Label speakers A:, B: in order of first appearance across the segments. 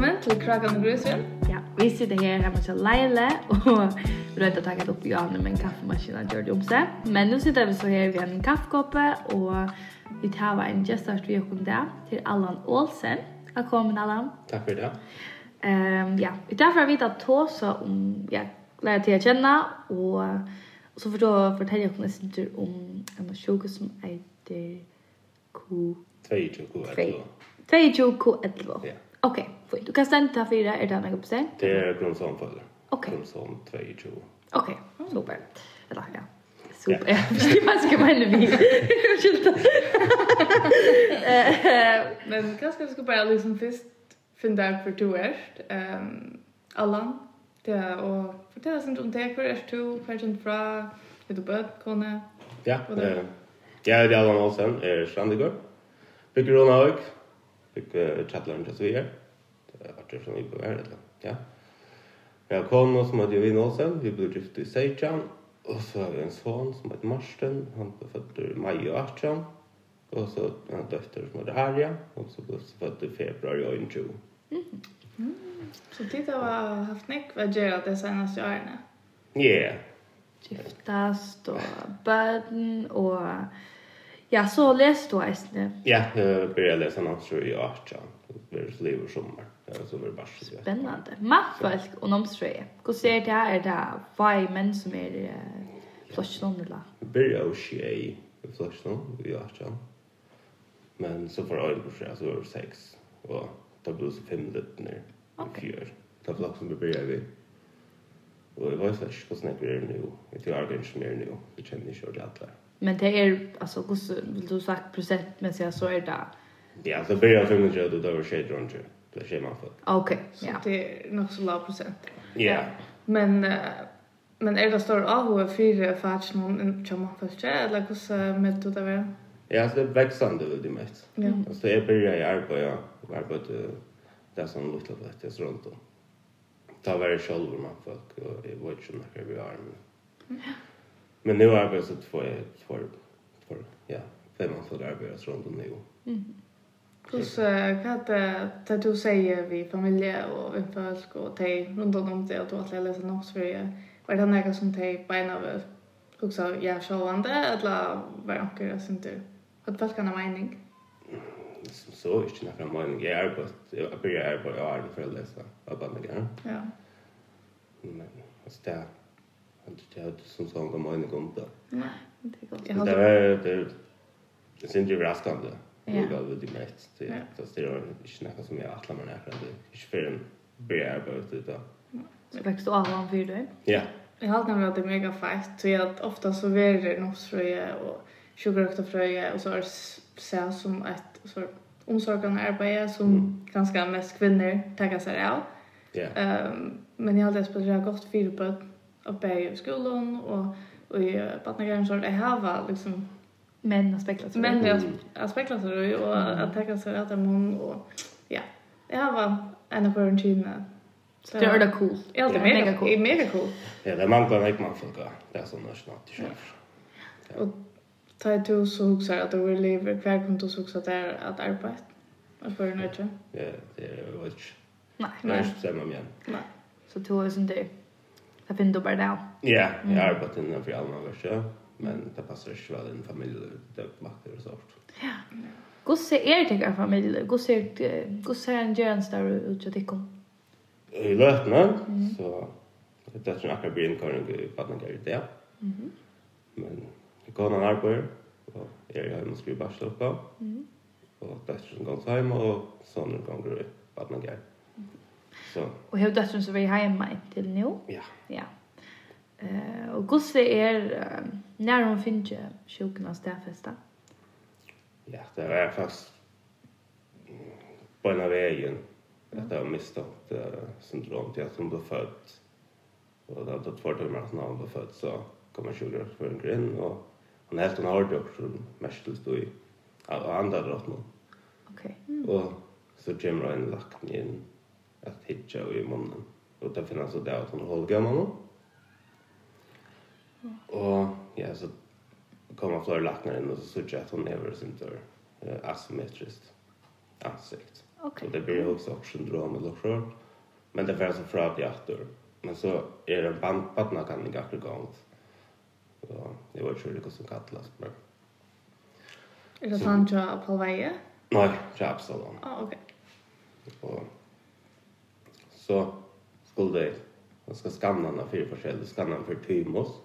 A: Pragan Grøsvin.
B: Ja, vi sitter her hemma hos Leile och Röda tagit upp Johanne med en kaffemaskin och gjorde om sig. Men nu sitter vi så här vid en kaffekoppe och vi tar en gestart vi kom där till Allan Olsen. Välkommen Allan.
C: Tack för det.
B: Ehm ja, vi tar för att vita tåsa om ja, lära till att känna och, och så får då fortälja jag nästan tur om en sjuka som heter Q
C: 22 god
B: Tvei.
C: etlo.
B: 22 K11.
C: Ja.
B: Okej, fint. Du kan stanna ta fyra, är er det en gång på sig?
C: Det är Gromsholm för.
B: Okej.
C: Gromsholm 22.
B: Okej, super. Eller ja. Super. Jag förstår vad ska man nu vill. Ursäkta. Eh,
A: Men kanskje vi skal bare liksom først finne deg for to erst. Um, er? Allan, det er å fortelle oss litt om deg. Hvor er du? Hvor er du fra? Er du bød, kone?
C: Ja,
A: Og det-
C: eh, jeg er Allan Olsen, er strandegård. Bygger Rona Haug. Bygger Chatlaren til Svier. Det er artig som vi bør være, eller? Ja. Jeg har kone som heter Jovin Olsen. Vi ble gift i Seichan. Og så har vi en son som heter Marsten. Han ble født i mai og 18. Og så har jeg en døfter som heter Harja. Og så ble hun født i februar i 21.
A: Så tid har jeg haft nekk hva gjør det seneste årene.
C: Yeah.
B: Giftast och barn och ja, så läste du Aisne.
C: Ja, jag började läsa Namströ i 18. Det blir så liv och sommar. Ja, så blir det bara så vet.
B: Spännande. Maffalk och nomströje. Hur ser det här? Är det här? Vad är män som är plötsligt eller?
C: Jag började och tjej i Flörsson i 18. Men så får jag en brorsa, så var det sex. Och då blev det så fem lutner i
B: Okej.
C: fjör. Det var som vi började vid. Och jag var så här, vad snackar jag nu? Jag tror jag är ingenjör nu. Jag känner inte hur det är.
B: Men det er, är alltså hur vill du sagt procent men så är det
C: Ja, så började jag 500 och då var tjej dronje. Det var tjej man får.
B: okej.
A: Så
B: Ah, Ja.
A: det er nok så lav prosent.
C: Ja.
A: Men, eh, men er det stor avhå fire fært noen kommer først? Eller hvordan møtte du det være?
C: Ja, så det är växande väl det mest.
A: Ja.
C: Alltså jag började i arbeta och arbetade där som lutla på ett jäs runt om. Ta vare själv med folk och jag var inte när vi var men. Men nu arbetar jag så två två två ja, fem man får arbeta runt om nu.
A: Hvordan, hva er det det du sier vi familie og vi folk og de rundt om det er at du alltid leser Nordsverige? Var det noe som de beina ved også gjør sjående, eller var det noe som du hadde folk en mening?
C: Som så inte när fram morgon jag arbetar jag började arbeta i armen för att läsa av andra grejer.
A: Ja.
C: Men alltså det han det hade som sång om morgonen kom då.
A: Nei.
B: Det er är gott.
A: Jeg
C: Det er- var
A: hadde
C: det det er syns ju överraskande.
B: Ja.
C: Det var det mest.
A: Ja.
C: Det fast det var inte något som jag alla man är för det. Inte för en börjar på det då.
B: Så växte du av han för dig.
C: Ja.
A: Jeg halte nemlig at det er mega feit, så jeg at ofte så verer norskfrøye og sjukrøktafrøye, og så er det seg som et så er omsorgende arbeid som ganske mest kvinner takker seg av.
C: Ja.
A: Ehm men jag hade speciellt gott fyra på att bära i skolan och och i barnagrejen så jag har liksom
B: Men aspekter.
A: men
C: Mm.
A: jag aspektar så det och
B: Mm.
A: att tacka så att man och ja jag har en av våra tjejerna så
B: det är det cool.
A: är alltid
B: Ja,
A: mega
B: mega cool.
A: cool är mega cool
C: Ja, det er man kan inte man folk. Det är sån där snart i själv.
A: ta ett hus så huxar att du vill leva kvar kom du så också där att arbeta och för en öde
C: Ja, det är väl inte. Det
B: Nej.
C: är inte samma men.
A: nej
B: Så er du har ju sånt där. Jag finner du bara det.
C: Ja,
A: Mm.
C: jag arbetar innan för alla versö. Men det passar inte väl en familj det er makter och sånt.
B: Gosse er det här familj. Gosse är gosse är er, en gärns där ut jag tycker.
C: I lötna er så er det är ju akkurat blir inkorn i vattnet där. Mhm. Men jag går någon arbete och jag har en skriva bacheloruppgave. Mhm. Och det är ju gång hem och sån gång går i vattnet där. Så
B: Och hur döttern så vi hemma till nu.
C: ja,
B: Ja. Eh och gosse är eh, när hon finns ju sjukna stäfesta.
C: ja, det var fast mm, på en av vägen att jag misstänkt eh, syndrom till att hon blev född. Och det har tagit två timmar att hon blev född så kom en 20 år för en grinn och hon helt hon har dock som mest stod i och andra åt någon.
B: Okej.
C: Och så kommer det en lackning in att hitcha och i munnen. Och det finns alltså det att hon håller gammal nu. Och ja, så kommer flera lackningar in och så ser jag att hon lever sin dörr eh, asymmetriskt ansikt.
B: Okej.
C: Och det blir också syndrom eller så. Men det var så fra til atter. Men så er det en badna kan ikke akkurat gongt. Så jeg var ikke sikker hvordan det kallas. Men...
A: Er det sant jo på veie?
C: Nei, ikke Absalon.
A: Å, ok.
C: Og så skulle jeg, man skal skanna den av fire forskjellige, skanna den for Tymos.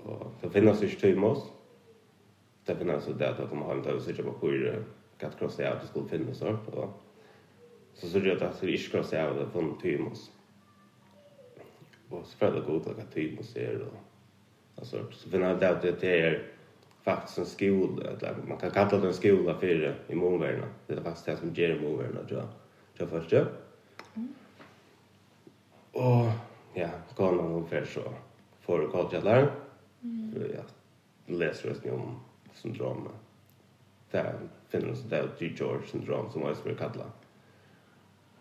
C: Og det finnes ikke Tymos. Det finnes jo det at jeg kommer hjem til å sitte på hvor kattkross jeg at det skulle finnes opp. Og så sier jeg at jeg skulle ikke kross jeg at jeg funnet Tymos. Og så prøvde jeg å godta hva Tymos er. Og, altså, så finner jeg det at det er faktiskt en skola, eller man kan kalla det en skola för i Moverna. Det är faktiskt det som ger i Moverna, tror jag. Tror jag först, ja. Och ja, går man ungefär så får du kolkjallar. Mm. Jag läser just nu om syndrom. Där finner du sådär D. George syndrom som jag skulle kalla.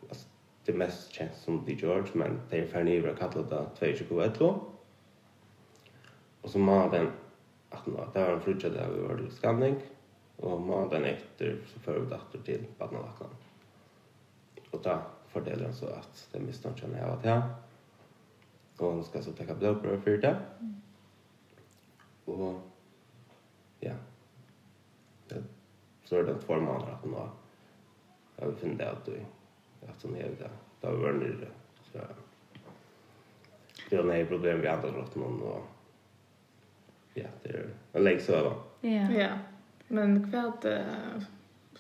C: Alltså, det mest känns som D. George, men det är färnivar kallat det 2021. Och så mannen att nå att det var en frutja där vi var i skanning och månaden efter så för vi dator till Badnavaklan. Och där fördelar han så att det er misstänker jag av att jag och hon ska så täcka blodprov för det. Och ja. Det, så är det två månader att nå jag vill finna det att du att hon är er det. Det har vi varit nere. Så jag det är en problem vi andra drottningen och ja, det er- är en läggsöva.
B: Ja.
A: Ja. Men kvart eh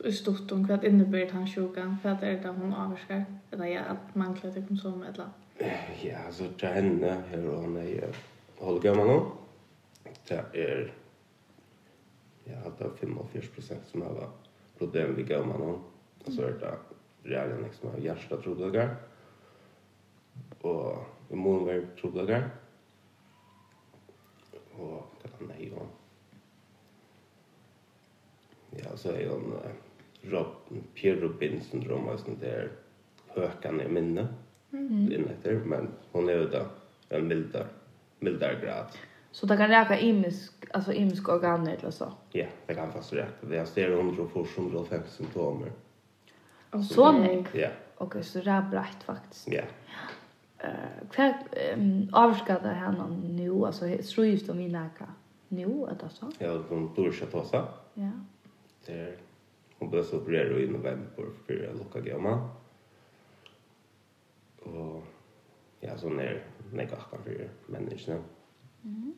A: i stort om kvart innebär han sjukan för att det är det er hon avskär. Eller ja, att man klätter kom som ett la.
C: Ja, altså til henne her og han er eh, holder gammel nå. Det er ja, det er 85 prosent som har problem ved gammel nå. Og så er det realen liksom av hjärsta trodlager. Og er immunver trodlager. Og hva han er jo. Ja, så er jo en eh, Rob, Pierre Robin syndrom, altså det er høkene i minnet mm. etter, men hon är ju då en mildare, mildare grad.
B: Så det kan räka imisk, alltså imisk organ eller så.
C: Ja, det kan fast rätt. Jag ser 140-150 symptomer.
B: Så nej.
C: Ja,
B: Okej, så det är brett faktiskt.
C: ja.
B: Eh, kvar um, avskada henne nu, alltså tror just om mina ka. Nu att alltså.
C: Jag hon bor i Chatosa.
B: er Ja.
C: Där hon blev så opererad i november för att locka gamma. Och ja, så när när gatan för människorna. Mm.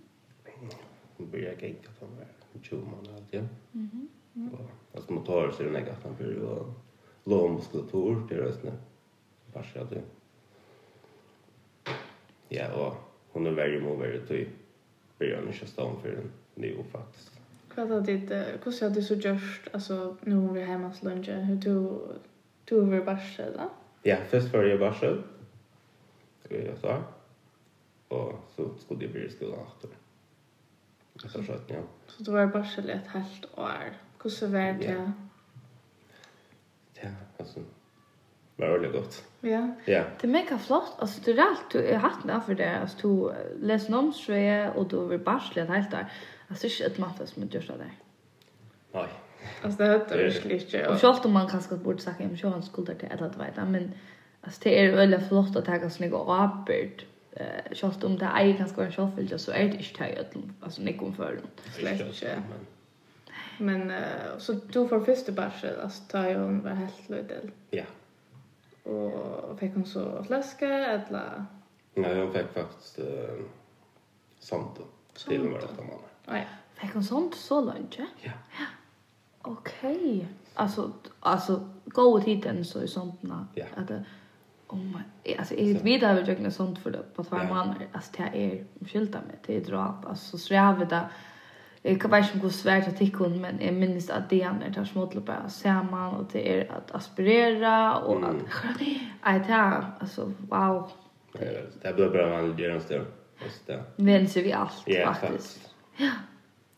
C: Hon började gigga på mig. 20 månader alltid. Mm. Och alltså motorer så är det när gatan för och lågmuskulatur till rösten. Varsågod det. Ja, och hon är värre mot värre till början i Köstan för en ny faktiskt.
A: Kvart har ditt hur ser det så just alltså nu hon vi hemma hos lunch eh, hur du du över bara eller?
C: Ja, først var jeg i varsel. Det var jeg sa. Og så skulle jeg bli i skolen etter. Så skjøt jeg.
A: Så det var bara ett helt år. Hur så var det?
C: Ja, altså. Det var veldig godt.
A: Ja.
C: Ja,
B: Det är mega flott. Alltså det är allt du er är hatt med för det. Alltså du eh, läser om ströje och du vill barsla ett helt där. Alltså det är inte ett matte som du gör där.
C: nei.
A: Alltså det hade verkligen inte.
B: Och självt om man kanske borde sagt om Johan skulder till ett att veta. Men alltså det er är väldigt flott att ta sån här avbörd. Eh, självt om det är kanske en självfylja så är det inte det jag Alltså det kommer för dem.
A: Slett, ja.
C: Men
A: Men eh, så du får första bärsen, alltså tar ju hon var helt liten.
C: ja.
A: Och fick hon så flaska eller
C: Nei, hun fikk faktisk uh, samto. Til hun var åtta måneder.
A: nej.
B: Fick hon sånt så långt, ja?
C: Ja.
B: Okej. Alltså, alltså, gå ut hit än så är sånt na.
C: Ja.
B: Att, det- oh my, alltså, jag vet vidare över jag sånt för det på två
C: Ja.
B: månader. Alltså, det är omkylta mig. Det är drap. Alltså, så jag vet det. Jag kan inte gå svärt att tycka hon, men jag minns att det är när det smått bara samman och det är att aspirera och
C: Mm.
B: att... Nej, det är alltså, wow.
C: Eh, Det ble bare vanlig gjerne større. Just det.
B: Vänser vi allt
C: Ja,
B: faktiskt.
C: faktisk.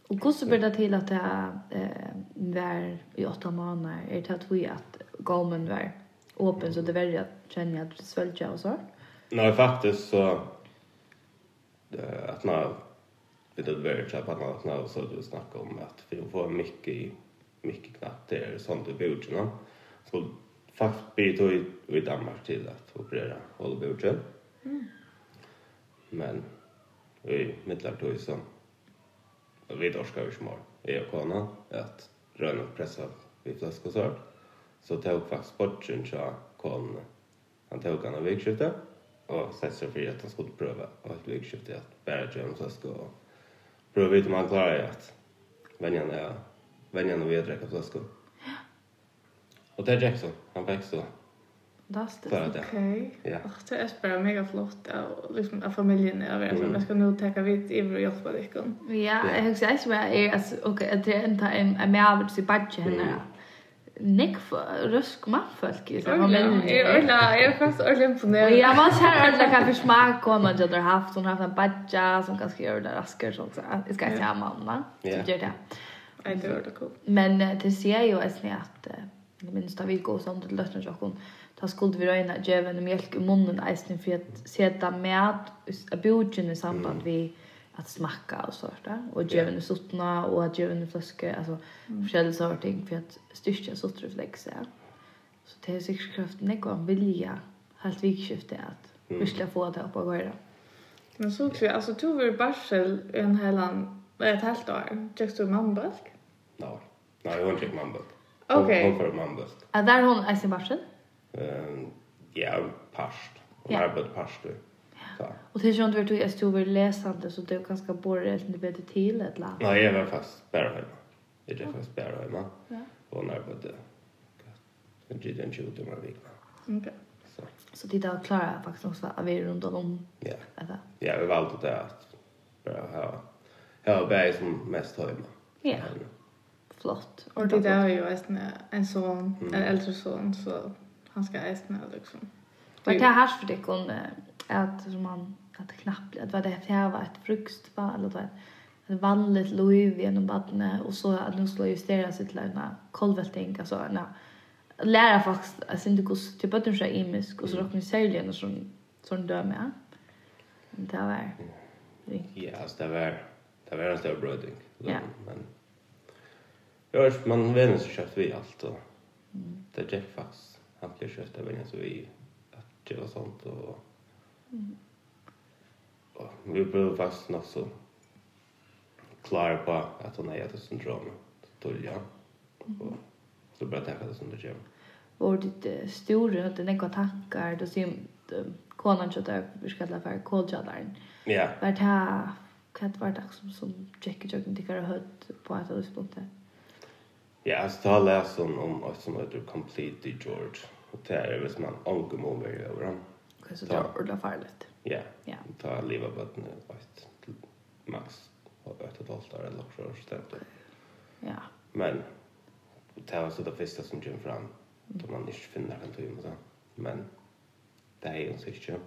B: Och hur så blir det till att det eh, var i åtta Er månader? Är det att vi att golmen var öppen så det var att känna att svälja och så?
C: Nei, faktisk så eh, at nå vet du hva det er på annat nå så du snackar om att vi får mycket mycket knappt det är sånt du bor ju nå. Så Faktisk blir det i, i Danmark til at operera Hollywood. Men i midlertid så vi dorskar ju små i Okana att röna och pressa vid flask och sart. Så tog faktiskt bort sin tja kon. Han tog han av vikskiftet och sett sig för att han skulle pröva och ett vikskifte att bära tja om flask och pröva ut om han klarar det att vänjan är vänjan och vedräcka flask. Och det är Jackson. Han växte då.
B: Fantastiskt.
C: Klarar det.
A: Okej.
C: Ja.
A: Åh, Det är bara mega flott av, liksom, av familjen är över. Mm.
C: Mm.
A: Jag ska nog täcka vitt över och hjälpa dig.
B: Ja, jeg husker ikke hva jeg er, altså, ok, at det er enda en, en med avgjørelse i badge henne. Nek røsk mannfolk i seg,
A: Jag är
B: familien.
A: ordla- jag är faktiskt ordentligt imponerad.
B: er. Og jeg var så her ordentlig hva for smak hun hadde haft. er Hun har haft en badge som er ganske gjør det raskere, sånn, så jeg skal ikke ha mamma som
C: Ja.
B: gjør det.
A: Nej, det var ordentligt cool.
B: Men eh, det ser jo jeg snitt at eh, jeg minns da vi går sånn til løsner til henne, da skulle vi røyne at gjøre en mjølk i munnen eisen for at sette med bjørgen i samband vi at smakka og sånt der, og gjøre en suttene og at gjøre en fløske, altså forskjellige sånne ting for at styrke suttere flekse. Så det er sikkert kraften ikke om vilja helt vikskiftet at virkelig få det opp og gå i det.
A: Men så tror jag, alltså tog vi barsel i en hel an, ett helt år. Just du mannbalk?
C: Nej. Nej, hon fick mambult.
A: Okej.
C: Hon får mambult.
B: Er der hun eisen varsen?
C: Ehm ja, past.
B: Ja.
C: Ja. Arbet past. Så.
B: Og til sånn du er stor lesende, så det er ganske bare litt bedre til et eller annet.
C: Nej, jag var fast bara hemma. Jag är fast bara hemma.
A: Ja.
C: Och när på det. Jag gjorde en tjugo timmar i veckan.
A: Okej.
C: Så.
B: Så det där klarar jag faktiskt också att vi är runt om
C: Ja.
B: eller
C: Ja, vi valde det att bara ha ha bäj som mest hemma.
B: Ja. flott.
A: Och det där är ju en, er en son,
C: Mm.
A: en äldre son, så han ska ästna liksom.
B: Men er det här för det kon eh, att som man att knappt att vad det här var ett frukst va eller vad ett vanligt liv genom vattnet och så att nu skulle justera sig till en kolvälting alltså en lära faktiskt alltså inte hur typ att du ska imisk och så rockar ni säljen och sån sån döme. Men det var
C: Ja, alltså det var det var en stor bröding.
B: Ja.
C: Men Ja, man vänner så köpte vi allt och det gick faktiskt. Han blev köpt av vänner så vi att det var sånt och och vi blev faktiskt nog så klar på att hon har ett syndrom tolja. Och så började jag det som det gör.
B: och ditt eh, stora att det några tankar då ser eh, konan köta vi ska kalla för kolchallaren.
C: Ja,
B: Var det här kvart var det som som Jackie Jocken tycker har hört på att det spotte.
C: Ja, alltså det har läst om, om ett som heter Complete George. Och det är visst man ångom över över honom.
B: Okej så det var ordla farligt.
C: Ja,
B: Ja.
C: ta liva bötten ett till max och ett och ett halvt år eller också år stämt.
B: Ja.
C: Men det var så det första som kom fram. Då man inte finner den tiden så. Men det er är ju en syster.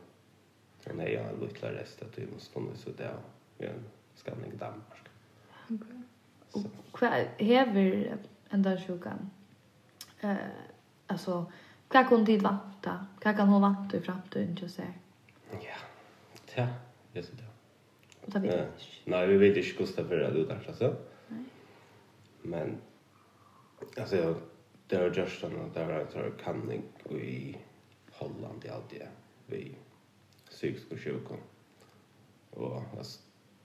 C: Hon är ju er en liten rest att vi måste få så er där. Vi ska ner i Danmark. Så.
B: Kvar häver ända sjukan. Eh alltså vad kan dit vanta? Vad kan hon vanta i framtiden jag säger.
C: Ja, ja, det är så det.
B: Och ta vet
C: Eh,
B: jag inte.
C: Nej, vi vet inte hur det börjar ut där alltså. Men alltså jag det har just den att det var en sån här kanning i Holland i allt det. Vi psykisk och sjuk och alltså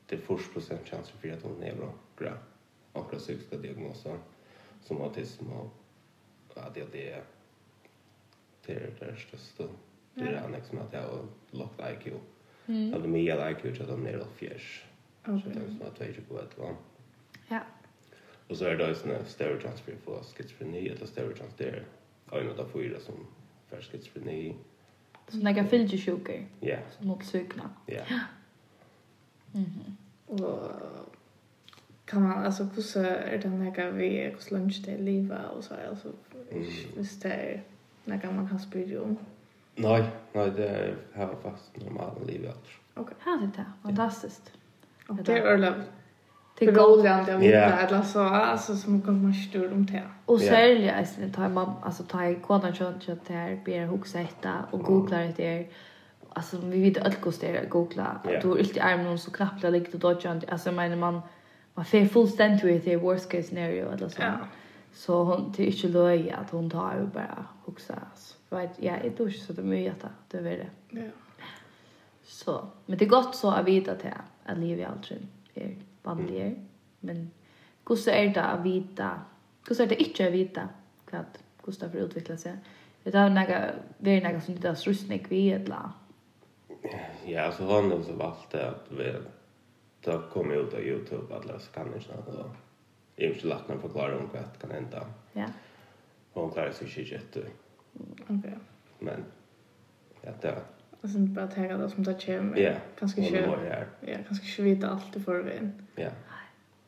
C: det är först procent chans för att hon är bra bra och psykiska diagnoser som autism och ADHD det är det största det är liksom att jag har lågt IQ mm. eller mer IQ så att de är nere och fjärs så det
A: Okej.
C: är som att jag är på ett land
B: Ja.
C: Och så är det också en större chans för att få schizofreni eller större chans det är en av fyra som får schizofreni.
B: Så några filter sjukar
C: Ja,
B: som mot sjukna.
C: ja.
A: Och kan man, alltså hur är det när vi är hos lunch till er livet och så, alltså
C: Mm.
A: visst det är när man kan spela om.
C: Nej, nej det är här var fast normala liv alltså.
A: Okej.
B: Här det där. Fantastiskt.
A: Och det er är ordentligt
B: Det
A: er
B: är gott.
A: beroligande att
C: Ja.
A: veta eller så, alltså som kan man styra om det.
B: Och
C: Ja.
B: särskilt alltså ta mamma alltså ta i kodan så att det här blir huxa hitta och
C: Mm.
B: googla det där. Alltså vi vet allt kost det googla.
C: Ja.
B: Du är inte arm någon så knappt likt och dodge alltså jag menar man man får fullständigt i det worst case scenario eller så.
A: Ja.
B: Så hon det är inte löje att hon tar ju bara huxa. Alltså. För att jag är dusch så det är mycket att det är det.
A: Ja.
B: Så, men det är gott så att vita till att livet aldrig är vanligare.
C: Mm.
B: Men hur är det att vita, hur är det inte att vita vad Gustav får utveckla sig? Det är några, det är några som inte har strusning vid ett la.
C: Ja, så har han så valt det att vi då kommer ut av Youtube alla skanningarna och jag har inte lagt någon förklaring om vad kan hända.
B: Ja,
C: Och hon klarar sig inte jätte.
A: Okej.
C: Men ja, det
A: Och sen bara tänka det som det kommer.
C: ja,
A: Kanske
C: hon var
A: inte.
C: här.
A: Ja, kanske inte vita allt i förvägen.
C: Ja,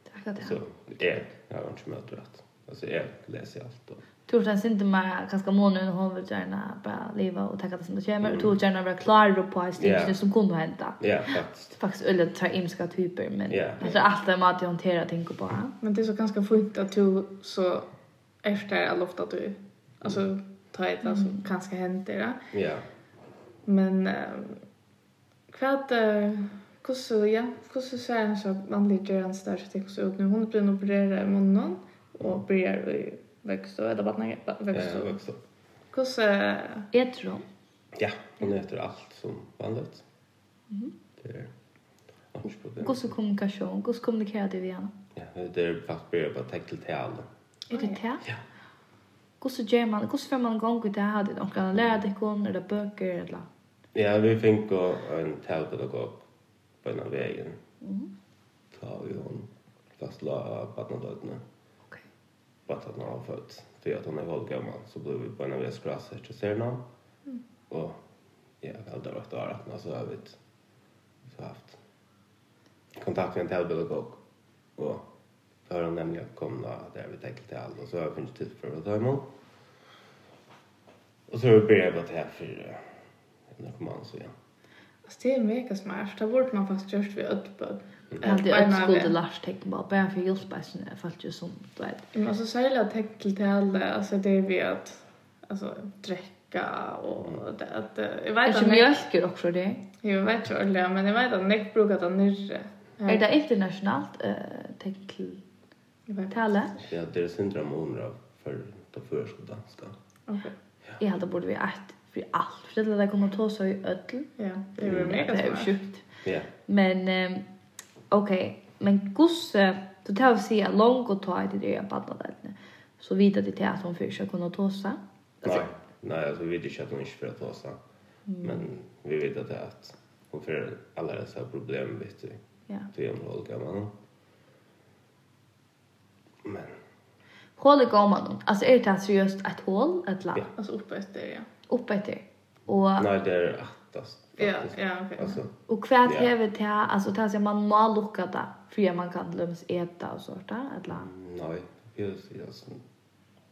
B: det är akkurat
C: så
B: det.
C: jag, jag har inte mött rätt. Alltså jag läser allt och
B: Tror sen inte med ganska månader hon vill gärna bara leva och tacka det som det kommer. Och tror gärna vara klar på en
C: Mm. Ja.
B: steg som kommer hända.
C: ja, faktiskt.
B: Faktiskt ölet tar imska typer men
C: Ja.
B: jag tror allt det med att jag hanterar tänker på. Ja.
A: Men det är så ganska fint att du så efter all ofta du alltså tar ett alltså kanske händer det.
C: Ja.
A: Men ehm kvart kusso ja, kusso så är han så vanlig gör han större ting så ut nu hon blir opererad i munnen och börjar i växtå eller vattna
C: Ja,
A: växtå.
C: också.
A: Kusso
B: Jag tror
C: Eh, Ja, hon äter allt som vanligt. Det är inte problem.
B: Gås kommunikation, gås kommunikera det vi gärna.
C: Ja, det är fast börjar bara täcka till tal.
B: Är det det?
C: Ja.
B: Gås och ger man, gås för man gång i det här, det kan man lära dig kon, eller böcker, eller...
C: Ja, vi fick gå en talpedagog på en av vägen. Ta vi hon fast la barnadödna.
B: Okej.
C: Bara att hon har fött. För att hon är hållgammal så blev vi på en av vägen skrasa efter Serna. Och ja, jag hade varit där att så har vi ett- så har haft kontakt med en talpedagog. Och då har hon nämligen kommit där vi täckte till allt. Och så har jag funnits tid för att ta emot. Och så har vi börjat med det här för eh, en narkoman så ja.
A: Alltså det är mega smart. Det borde man faktiskt gjort vid ödböd.
B: Jag hade ju ett skuld och lars tecken bara, bara för hjälpa sig när jag fallit ju som, du vet.
A: Men alltså särskilt att tänka till det alla, alltså det är vi att alltså dräcka och det att eh, jag
B: Är
A: vet
B: det
A: att jag,
B: mjölker också det?
A: jag vet ju ordentligt, men jag vet att Nick brukar ta nyrre.
B: Är det internationellt tecken till
A: Jag vet.
B: tala?
C: Ja, det är syndrom och undrar för de förskola danska.
A: Okej.
B: Jag hade borde vi ett för allt. För det där kommer att ta sig i ödel.
A: Ja, det är mega
B: Det är ju
A: smart.
B: er sjukt.
C: Ja,
B: Men eh, okej, men gosse då tar vi se långt och ta i det jag badnar där. Så vet att det är att hon försöker kunna tossa.
C: nej. Nej, alltså vi vet inte att hon inte får ta sig. Men
A: Mm.
C: vi vet att det är att hon får alla dessa problem, vet du.
B: Ja.
C: Det är en roll gammal. Men,
B: Hålet går man om. Alltså är det här seriöst ett hål, ett lapp,
C: Ja.
A: Alltså uppe efter, ja.
B: uppe ett Och,
C: nej, det er är attast.
A: Ja,
C: faktiskt.
A: ja, okej.
C: Alltså,
B: och kvärt
C: Ja.
B: häver till här, alltså det här ser man må lucka där. För att man kan löms äta och sånt där, ett lapp.
C: nej, just det. Alltså,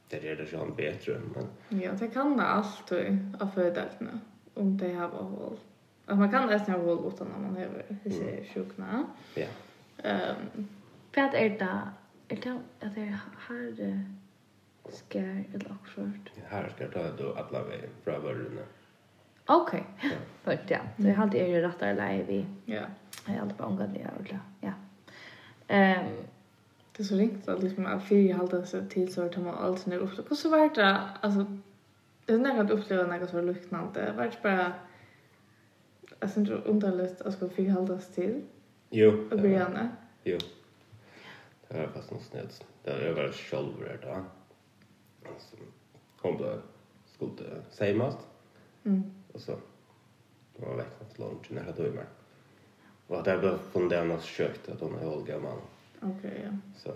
C: det er är det som bättre, men
A: Ja, det kan det alltid av fördelna om det här var hål. Att man kan nästan ha hål utan när man har hisse sjukna.
C: ja.
A: er Ehm,
B: Kvärt är det, är det att det är här eh, skär eller också.
C: Här ska jag ta då alla vägen från vörlden.
B: Okej, okay. ja. Så jag har alltid är det rättare läge vid
A: ja.
B: Jag har alltid bara ångat det ja. Ehm,
A: Det är så riktigt att liksom att fyra halda sig till så att man alls nu upp. Och så var det alltså det er är nära att uppleva något så liknande. er Var det bara alltså inte underligt att ska fyra halda sig till
C: Jo.
A: och bli gärna.
C: Jo. Det er var fast något snett. Det er var jag var själv där då. Alltså, hon blev skulle sämast.
A: Mm.
C: Och så det var veckan till lunch när jag tog mig. Och att jag blev funderande så kökt att hon är Olga man.
A: Okej, ja.
C: er Så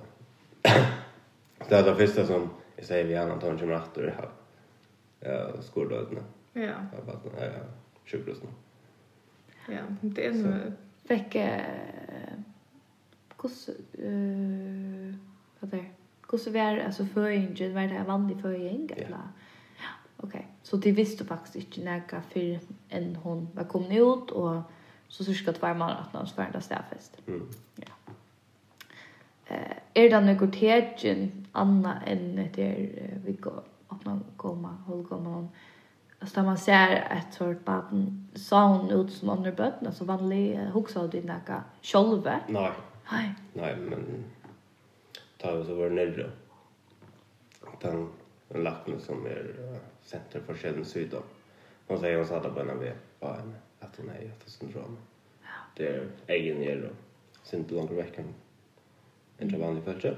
C: det var det första som jag säger vid annan tongen kommer att du är skordödna.
A: Ja,
C: Jag bara, nej, jag är sjukhusen.
A: ja. Det er är nu
B: fick... Hur... eh, Vad det? Hur var alltså föringen? Var det en vanlig föring?
C: Ja.
B: Eller? Ja. Okej, så de visste faktiskt inte några för en hon var kommit ut och så cirka två månader att någon svarade stäffest.
C: Mm.
B: Eh, är det något tegen anna än det är vi går att man komma håll komma någon alltså där man ser ett sort barn sa hon ut som andra barn alltså vanlig eh, huxa av din näka själva
C: Nej,
B: nej
C: nej, men ta oss över nere. den den lakken som er eh, senter for sjelden sydom. Hon säger hon satt på en av er på henne att hon är i syndrom. Det är egen ner och synd långt veck än en så vanlig födsel.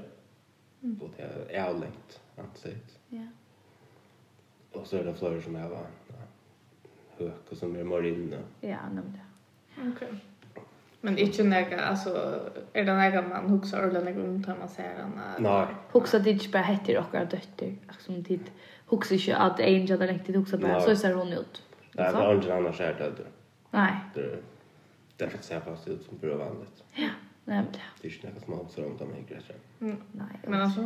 C: Och det är avlängt ansikt.
B: Ja.
C: Och så är det flöjor som är va hök och som är marinne.
B: Ja, nämnt det.
A: Okej. Men inte några, alltså, är det några man huxar eller några om tar man ser den? eller?
C: Nej,
B: Huxa det inte bara heter och att dötter. Liksom tid huxa inte att Angel har riktigt huxa bara
C: Nej.
B: så ser hon ut.
C: det är inte annars här död.
B: Nej,
C: Det är därför ser jag fast ut som bra vanligt.
B: nämnt det.
C: Det är inte något som har också runt om i gräsen.
B: Nej.
A: Men alltså,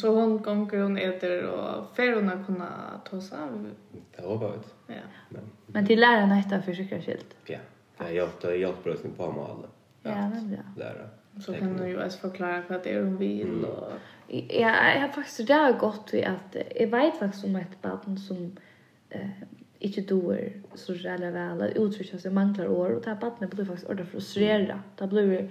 A: så hon gånger hon äter och för hon har kunnat ta sig av.
C: Det var bara ett.
A: Ja.
C: Men
B: Men till lärarna heter för säkerhets skull.
C: ja, det har hjälpt, det har hjälpt brösten på mig alla.
B: Ja, nämnt det.
C: Lära.
A: Så kan hon ju ens förklara vad det är hon vill och...
B: Ja, jeg har faktisk det har gått ved at eh, jeg vet faktisk om et barn som eh, ikke doer så reelle vel, og uttrykker seg mangler år, og det her barnet blir faktisk ordentlig frustreret. Det blir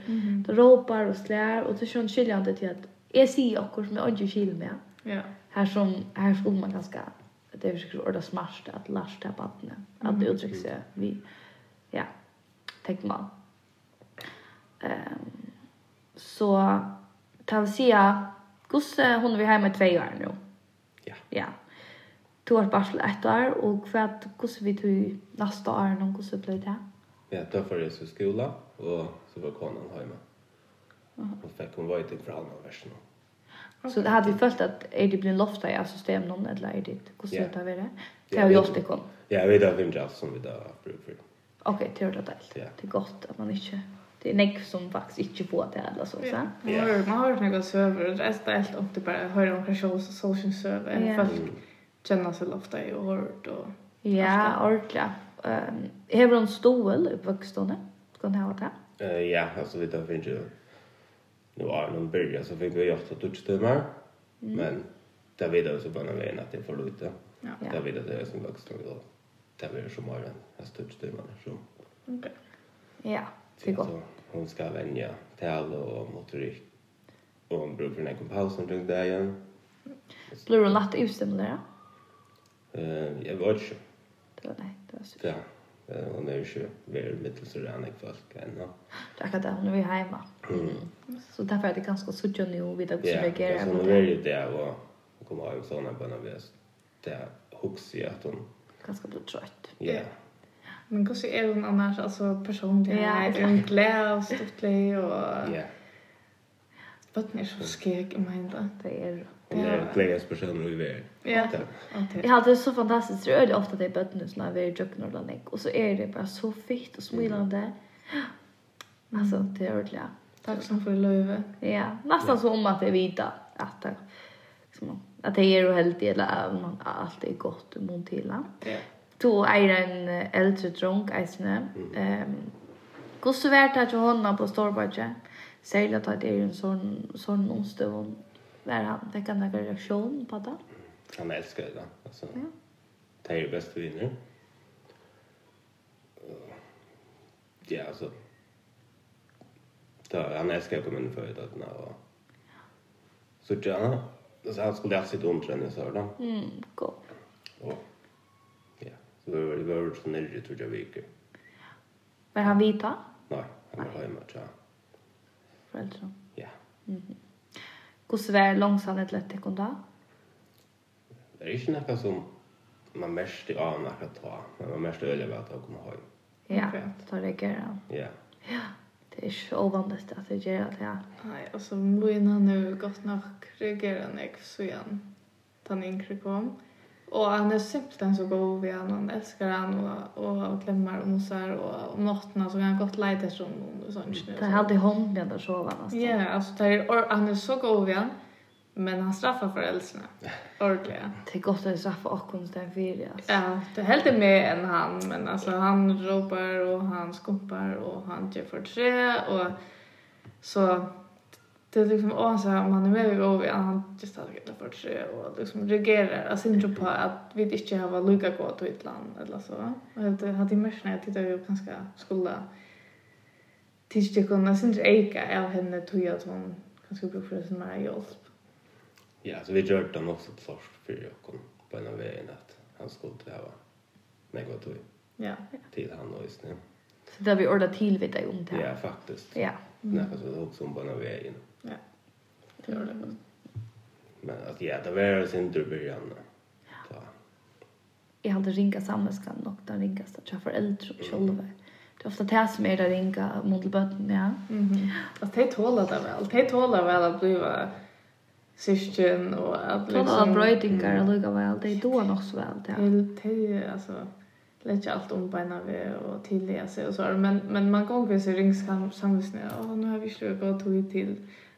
B: det råpar og slær, og det er sånn skiljende til at jeg sier akkurat som jeg ikke skiljer med,
A: Ja.
B: her som här skulle man ganska det är säkert ordet smart att lasta på vattnet
C: Mm.
B: att det uttrycker sig vi ja tänker man ehm så kan vi säga gosse hon vi hemma i två år nu
C: Ja.
B: ja två år barsel ett år och kvad gosse vi tog nästa år någon gosse blev det
C: Ja, då får jag så skola och så var konan hemma. Och fick hon vara ute för alla versen.
B: så det hade vi följt att är det blir lofta i av system någon eller är det
C: Ja.
B: gosse tar vi det det
C: Ja,
B: har
C: vi-
B: gjort det kom
C: Ja, jag vet att vem jag som vi då har bruk för.
B: Okej, det är det deilt.
C: Ja.
B: Det är gott att man inte... Det är nek som faktiskt inte får det eller så.
A: Ja.
B: Ja.
A: Man
C: Ja.
A: har- Man har hört några söver och det är ställt om det um bara hör om kanske social söver.
B: Ja.
A: Yeah. Folk känner sig ofta i hårt och...
B: ja, ordentligt. Um, Hever hon stål uppvuxstående? Ska hon ha det?
C: Eh ja, alltså vi då finns ju nu var någon börja så fick vi gjort att touchstämma. Men där vet jag så på den vägen att det får lite.
A: Ja.
B: Ja.
C: Där vet jag att det är som vuxen då. Där blir det så mycket en touchstämma så.
A: Okej.
B: Ja, det er är gott.
C: Så Hon ska vänja tal och motorik. Och hon brukar den här kompausen runt där igen.
B: Blir hon lätt utstimulerad?
C: Eh, jag var inte
B: Det var nej, det var synd.
C: Ja, eh, hon är ju sju. Vi är mitt och så rann jag folk ännu.
B: Det är akkurat det, hon är hemma. Så därför är det ganska suttjande nu och vet att hon reagerar.
C: alltså
B: mot
C: hon
B: det.
C: är ju där och hon kommer ha en sån här bönna vid oss. Det hooks ju att hon,
B: Ganska blir trött.
C: ja,
A: Men hur ser hon annars, Er alltså personlighet?
B: Ja,
A: är hon glad och stortlig och...
C: ja.
A: Vad mer så skrek i mig inte.
B: Det är...
C: Hon är en glädjesperson och vi är.
A: Ja.
C: Ja.
A: Alltid.
B: Jag hade så fantastiskt det är det ofta det är bötterna som har varit jocken och landning. Och så är det bara så fitt och smilande. Alltså, det är ordentligt.
A: Tack som för lövet.
B: Ja, nästan så om att det är vita. Att det, liksom, att det är och helt del av man allt är gott och mot till.
A: Ja.
B: Då är det en eh, äldre drunk, Eisne. Ehm, Gå så värt att jag honom på Storbatje. Säg att det är en sån, sån onsdag. Där han fick en reaktion på det.
C: Han älskar det. Alltså,
B: Ja.
C: det är ju bäst vi nu. Ja, alltså. Då, han älskar att komma in för det. Och... Så tjena. Alltså, han skulle alltid undra när jag sa det.
B: Mm, gå.
C: Och, ja, så det var det var så nere i Torja Viker.
B: Men han vita?
C: Nej, han var hemma tja.
B: Föräldrar.
C: Ja,
B: Gå så värt långsamt lätt det kunde.
C: det är inte något som man mest av när jag tar. Men man mest öliga att jag kommer hem.
B: Ja,
A: Okej.
B: då reagerar han.
C: Ja,
B: Det är så ovanligt att det gör det. Ja.
A: Nej, alltså mina nu gott nog reagerar när jag så igen. Han inkre kom. Och han är simpelthen så god vi han. Han älskar han och, och, och klämmar och mosar. Och om nätterna så kan han gott lejta efter honom. Och sånt.
B: Det er är alltid hånden där sover nästan.
A: Ja, alltså det är, or- han är så god vi han. Men han straffar föräldrarna. Ordentligt.
B: Det är gott att straffa och konsten för det. Alltså.
A: Ja, det är helt mer än han, men alltså han ropar och han skumpar och han gör för tre och så det är liksom åh så här, om han är med vid Ovi, han just hade gett för tre och liksom reagerar, alltså inte på att vi inte har varit lika gott i ett land eller så. Och helt hade i mörsen när jag tittade ju ganska skulle tills det kunde, alltså inte eka av henne tog jag att hon kanske brukar för det som är hjälp.
C: Ja, så vi gjorde den också ett först för jag kom på en av vägen att han skulle träva. Nej, vad tog
A: Ja.
C: till han och just nu.
B: Så det har vi ordat till vid dig om det. här.
C: Ja, faktiskt.
B: Ja.
C: Nej, så det er också om på en av vägen.
A: Ja. Det var det godt.
C: Men att ja, det var sin tur i början. Ja.
B: Jag hade ringa samhällskan nog den ringaste till föräldrar och själva.
A: Mm.
B: Det är ofta det som är det ringa mot bötten, ja.
A: Mhm. Att de tålar det väl. De tålar väl att bliva syskon och att
B: Tala alla
A: Mm.
B: bröjtingar och lugga väl, det är då nog så väl, ja.
A: Till till alltså lägga allt om bena vi och tillge sig och så här. men men man går ju så rings kan samvisna. Åh nu har vi slut gå tog till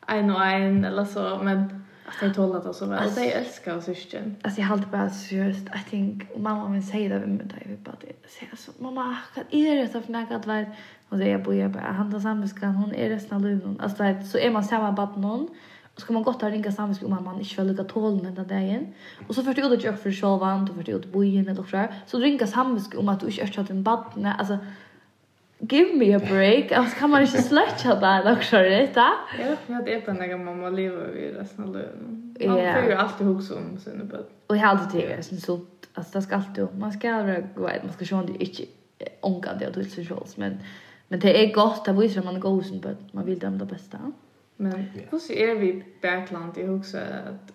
A: en och en eller så men att de tålar det så väl.
B: Alltså-
A: De älskar syskon.
B: Alltså jag har alltid bara seriöst, I think, och mamma min säger det vid mig, jag vill bara det- säga så, mamma, vad är det så för något att vara? Och så är jag på, jag bara, han tar samhällskan, hon är resten av livet. Alltså det är- så är man samma bad någon, och så kan man gott ha ringa samhällskan om att man inte vill lycka tålen den där dagen. Och så får du ut att jag för självan, du får du ut att bojen eller så där. Så ringa samhällskan om att du inte har en bad, nej, alltså, give me a break, alltså kan man inte släcka det eller så där,
A: Ja, jag det är på när mamma lever vi resten av livet. Man
B: Ja.
A: får ju alltid hugga om sina böt.
B: Och jag har alltid tv som så alltså det ska alltid man ska vara god man ska se om det inte onka det er till sig själv men men det är gott att visa att man är god som bud man vill dem det bästa.
A: Men er hur så är vi i Bergland i också att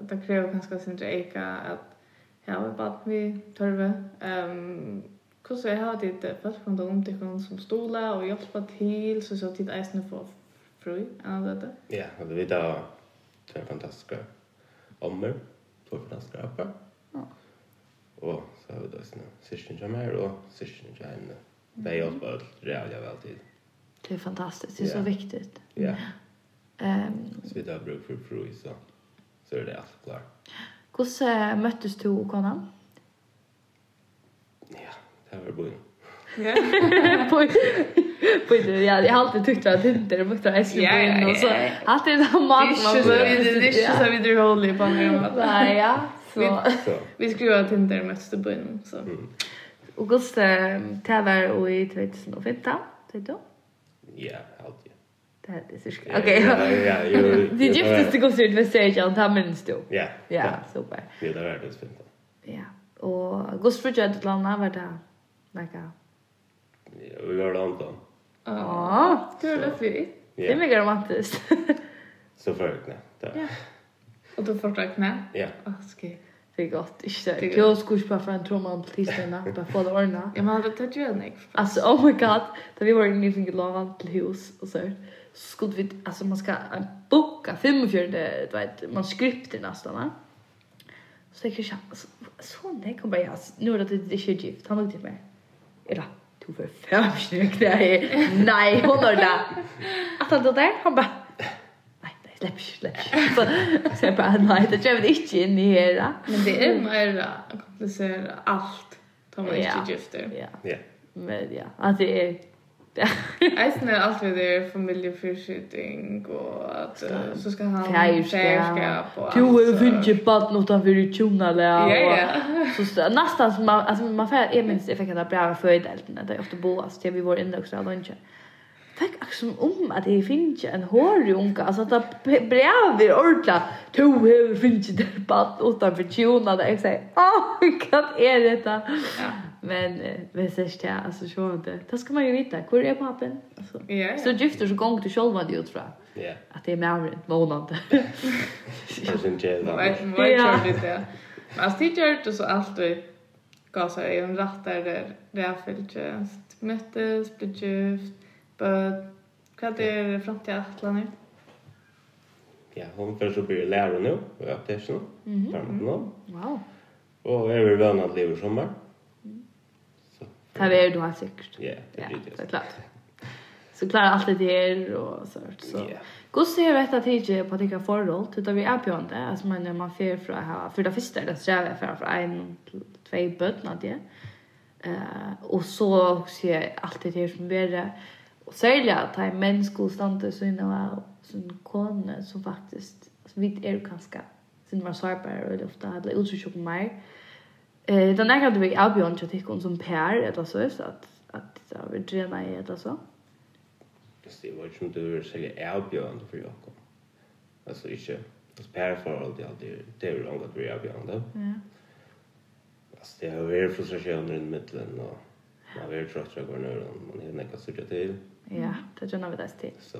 A: att det kräver ganska sin eka att ja vi bara vi törve. Ehm hur så har det det fast från de till hon som stola och hjälpa till så så tid isen för fru eller det.
C: Ja, och vi då två fantastiska ommer, två fantastiska appar.
B: Ja.
C: Och så har vi då sina syskon som är och syskon som är henne. Det er är oss bara rävliga väl tid.
B: Det är fantastiskt det är
C: Ja.
B: så viktigt.
C: Ja,
B: Ehm
C: så vi då bruk för fru så så är det allt klart.
B: hur eh, möttes du och Conan?
C: Ja, det var bra.
A: Ja.
B: På på det ja jag har alltid tyckt att det inte det brukar jag skulle
A: Ja, ja,
B: in och så
A: ja,
B: att det är mat man
A: Det är inte så det är inte
B: behöver.
A: så vi drar håll i på mig.
B: Nej ja så
C: Så,
A: Vi skriver att inte det mesta på innan så.
B: och hur eh, tävlar och i 2015 vet du?
C: ja, alltid.
B: Det er här är cirka.
C: Ja,
B: Okej.
C: ja, ja, jo,
B: Det
C: jo,
B: giftes
C: ja.
B: till konsert med Sergio, det här minns du.
C: Ja,
B: Ja, super.
C: Det där är det fint.
B: Ja. Och Ghost for Jet landa var det. Neka.
C: Ja, vi var långt om.
A: Ja.
B: Ja.
A: Kul det för.
B: Det är
C: Ja,
B: mega romantiskt.
C: så förut nej. Där.
A: Och då får jag knä.
C: Ja,
A: Ah, skit.
B: Det är gott. Inte
A: Det är
B: det. Jag skulle bara för en tromma på tisdagen på fulla orna.
A: Jag menar det tar ju en ek.
B: Alltså oh my god, då vi var inne i Finland till hus och så så skulle vi alltså man ska eh, boka 45 du vet man skripter nästan va. Så tänker jag alltså så nej kommer jag alltså, nu är det det är gift han åkte med. Är det du för fem styck där är nej hon har det. Att han då där han bara nej nej släpp släpp. Så så jag bara nej det gör vi inte in i här. va?
A: Men det är mer komplicerat allt. Tar man
B: Mm. Ja.
A: inte gifter.
B: Ja,
C: ja.
B: men ja, alltså det är
A: Eisen er alt ved det er familiefyrskyding og at uh, så skal han fjærskap og
B: Du
A: så-
B: har funnit barn utanför i tjona där.
A: Ja, ja.
B: Så stö- nästan som man, alltså man får, jag minns jag fick ett bra födelsen där jag ofta bo, alltså till vi var inne också alla inte. Fick också om att det finns en hårig unga, alltså att det brev är ordla. Du har funnit ett barn utanför tjona där. Jag säger, åh, vad är detta?
A: Ja.
B: Men eh, vi ser inte, alltså så inte. Det ska man ju veta, hvor är pappen? Alltså.
A: Ja,
B: Så
A: ja.
B: gifter så gång du själv hade ju tror jag.
C: Ja.
B: Att det är med en månad.
C: Det syns
A: Det
C: inte.
A: var- det var
B: Ja.
A: kjørt litt, ja. Men altså, de gjør det så alt vi gav seg i en ratt der der det er fylkje, møttes, blir gift, bød, hva er det fremtiden atlaner?
C: Ja, hon först så blir lärare nu, och jag tärs nu. Mm. Mm.
B: Wow.
C: Och är väl vän att leva i sommar. Så.
B: Det här är du helt säkert.
C: Ja, det
B: Ja,
C: blir
B: det är
C: det.
B: klart. Så klarar allt det här och så. er så.
C: Ja.
B: God ser jag rätt att inte på att jag förhåll. Tittar vi är på det. Alltså man, när man fyr från här. För det första är det strävar jag från en till två bötterna det. Uh, och så ser jag allt det här som blir det. Och särskilt att jag är mänsklig stånd så innan jag sin kone som faktiskt alltså, vi är ju ganska sen var sårbara och det ofta hade utsökt på mig. Eh, den där kan du väl avbjörn till hon som pär eller så så att att det har vi drena i eller så.
C: er Det var ju som du vill sälja erbjörn för jag kom. Alltså inte Alltså pärförhåll, det är alltid, er- det är ju långt att vi är avgörande.
B: Ja.
C: Alltså det har varit frustrationer i mitten och man har varit trött jag går nu och man hinner inte suttit till.
B: Ja, det kjenner vi dess til.
C: Så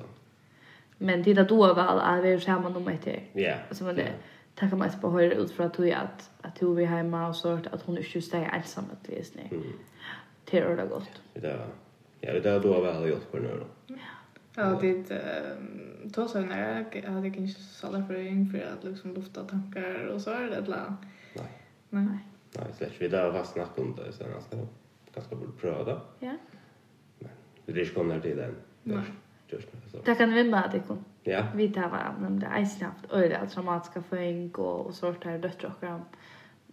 B: Men tid at du er vel, er vi jo sammen om etter.
C: ja.
B: Alltså men det tackar man på höra ut för att hon att att hon är hemma och så att hon inte just är ensam att vi är snäll.
C: Mm.
B: Det är det gott.
C: Det är ja, det är då väl jag går nu.
A: Ja, ehm, det tar sig när jag hade kanske salafröjning för att liksom lufta tankar och så är det ett land.
C: Nej.
A: Nej.
C: Nej, släpps vi där fast snack om det sen nästa gång. Kanske borde pröva det.
B: Ja.
C: Det är ju kommer till den.
A: Nej.
C: Just nu så.
B: Det kan vi med det kom.
C: Ja.
B: Vi tar var men det är snabbt och det är traumatiska föring och och sort här döttrar och kram.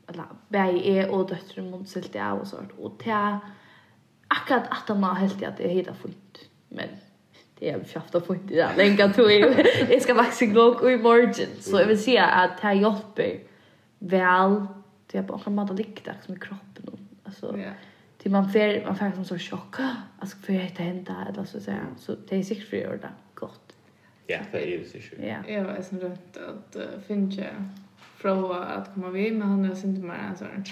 B: Eller bäi är och döttrar mot sig det och sort och ta akkurat att de har helt att det hittar fint. Men det är fjaft och fint i det. Länka tog jag. Jag ska vaxa glok och i morgon. Så jag vill säga att det här hjälper väl. Det är på en måte likdags med kroppen. och- Alltså,
A: Ja.
B: Till man får man får som så chock. Alltså för jag hittar hända eller så säga. Så det är säkert för att göra det gott.
C: Ja, det er är ju så sjukt.
B: Ja.
A: Jag var sen runt att uh, Finche prova att komma vid men han er rörs inte mer än så här.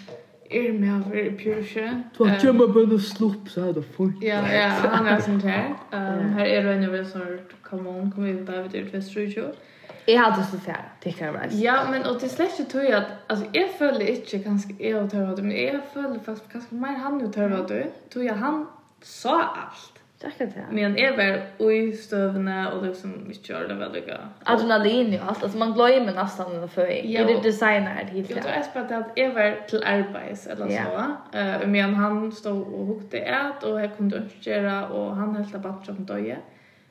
A: Er med av er pjursje.
B: på en slopp så här då får.
A: Ja, ja, han är sånt här. Um,
B: Ja.
A: här är det en över sort, come on, kom in där vid ut väst Rujjo.
B: Jag hade så färd. Det kan vara.
A: Ja, men och till släkt tror jag att, alltså jag följde inte ganska, jag och Törvad, men jag följde fast ganska mer han nu Törvad, tror jag han sa allt.
B: Tack att jag.
A: Men jag var i stövna och liksom vi körde väldigt bra.
B: Adrenalin och allt. Alltså man glömmer nästan den för.
A: Ja,
B: Är det
A: och-
B: designar helt
A: Jag tror
B: klart.
A: Espa att jag var till arbets eller så. Eh, Men han stod och hukte ät och jag kunde uppgöra och han höll att bara som döje.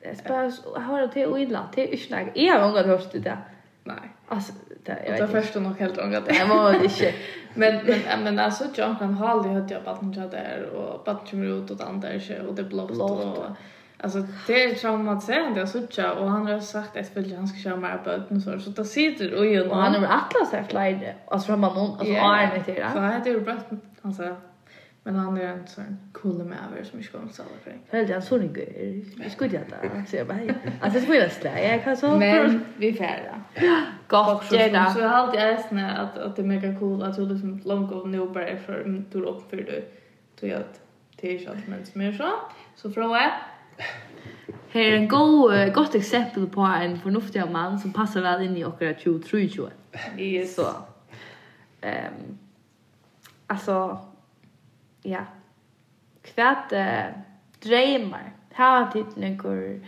A: er-
B: Jag spår har det till illa. Det er är snack. Jag har något hört det där.
A: Nej,
B: Alltså det
A: och
B: jag
A: det er var
B: vet inte.
A: först och nog helt långt.
B: Det var det inte.
A: Men, men, men alltså John kan ha aldrig hört jag bara inte där och bara kommer ut åt Anders och det är blått.
B: Blått.
A: Och, alltså det är traumatiserande jag suttit och han har sagt att jag han ska köra mer på öten så. Så det sitter och gör
B: Och han har atlas här flyger. Alltså från man någon alltså
A: Ja.
B: är det
A: Så
B: där.
A: han heter ju Brett, alltså. Men han är en sån cool mäver som inte kommer att sälja för dig.
B: Hörde jag sån grej. Vi skulle jag där. Så jag bara. hej. Alltså det skulle jag slä. Jag kan så.
A: vi er färda.
B: gott
A: Så
B: det där.
A: jag har alltid äsna att, att det är mega cool att du liksom långt av nu bara är för mm, du är upp för dig. Du gör att det er är inte allt men som är så. Så fråga.
B: Här är en god, eh, gott exempel på en förnuftig man som passar väl in i åkara 20-30.
A: Yes.
B: Så. Um, alltså, ja. Kvärt eh, drömmar. Här har typ tid några...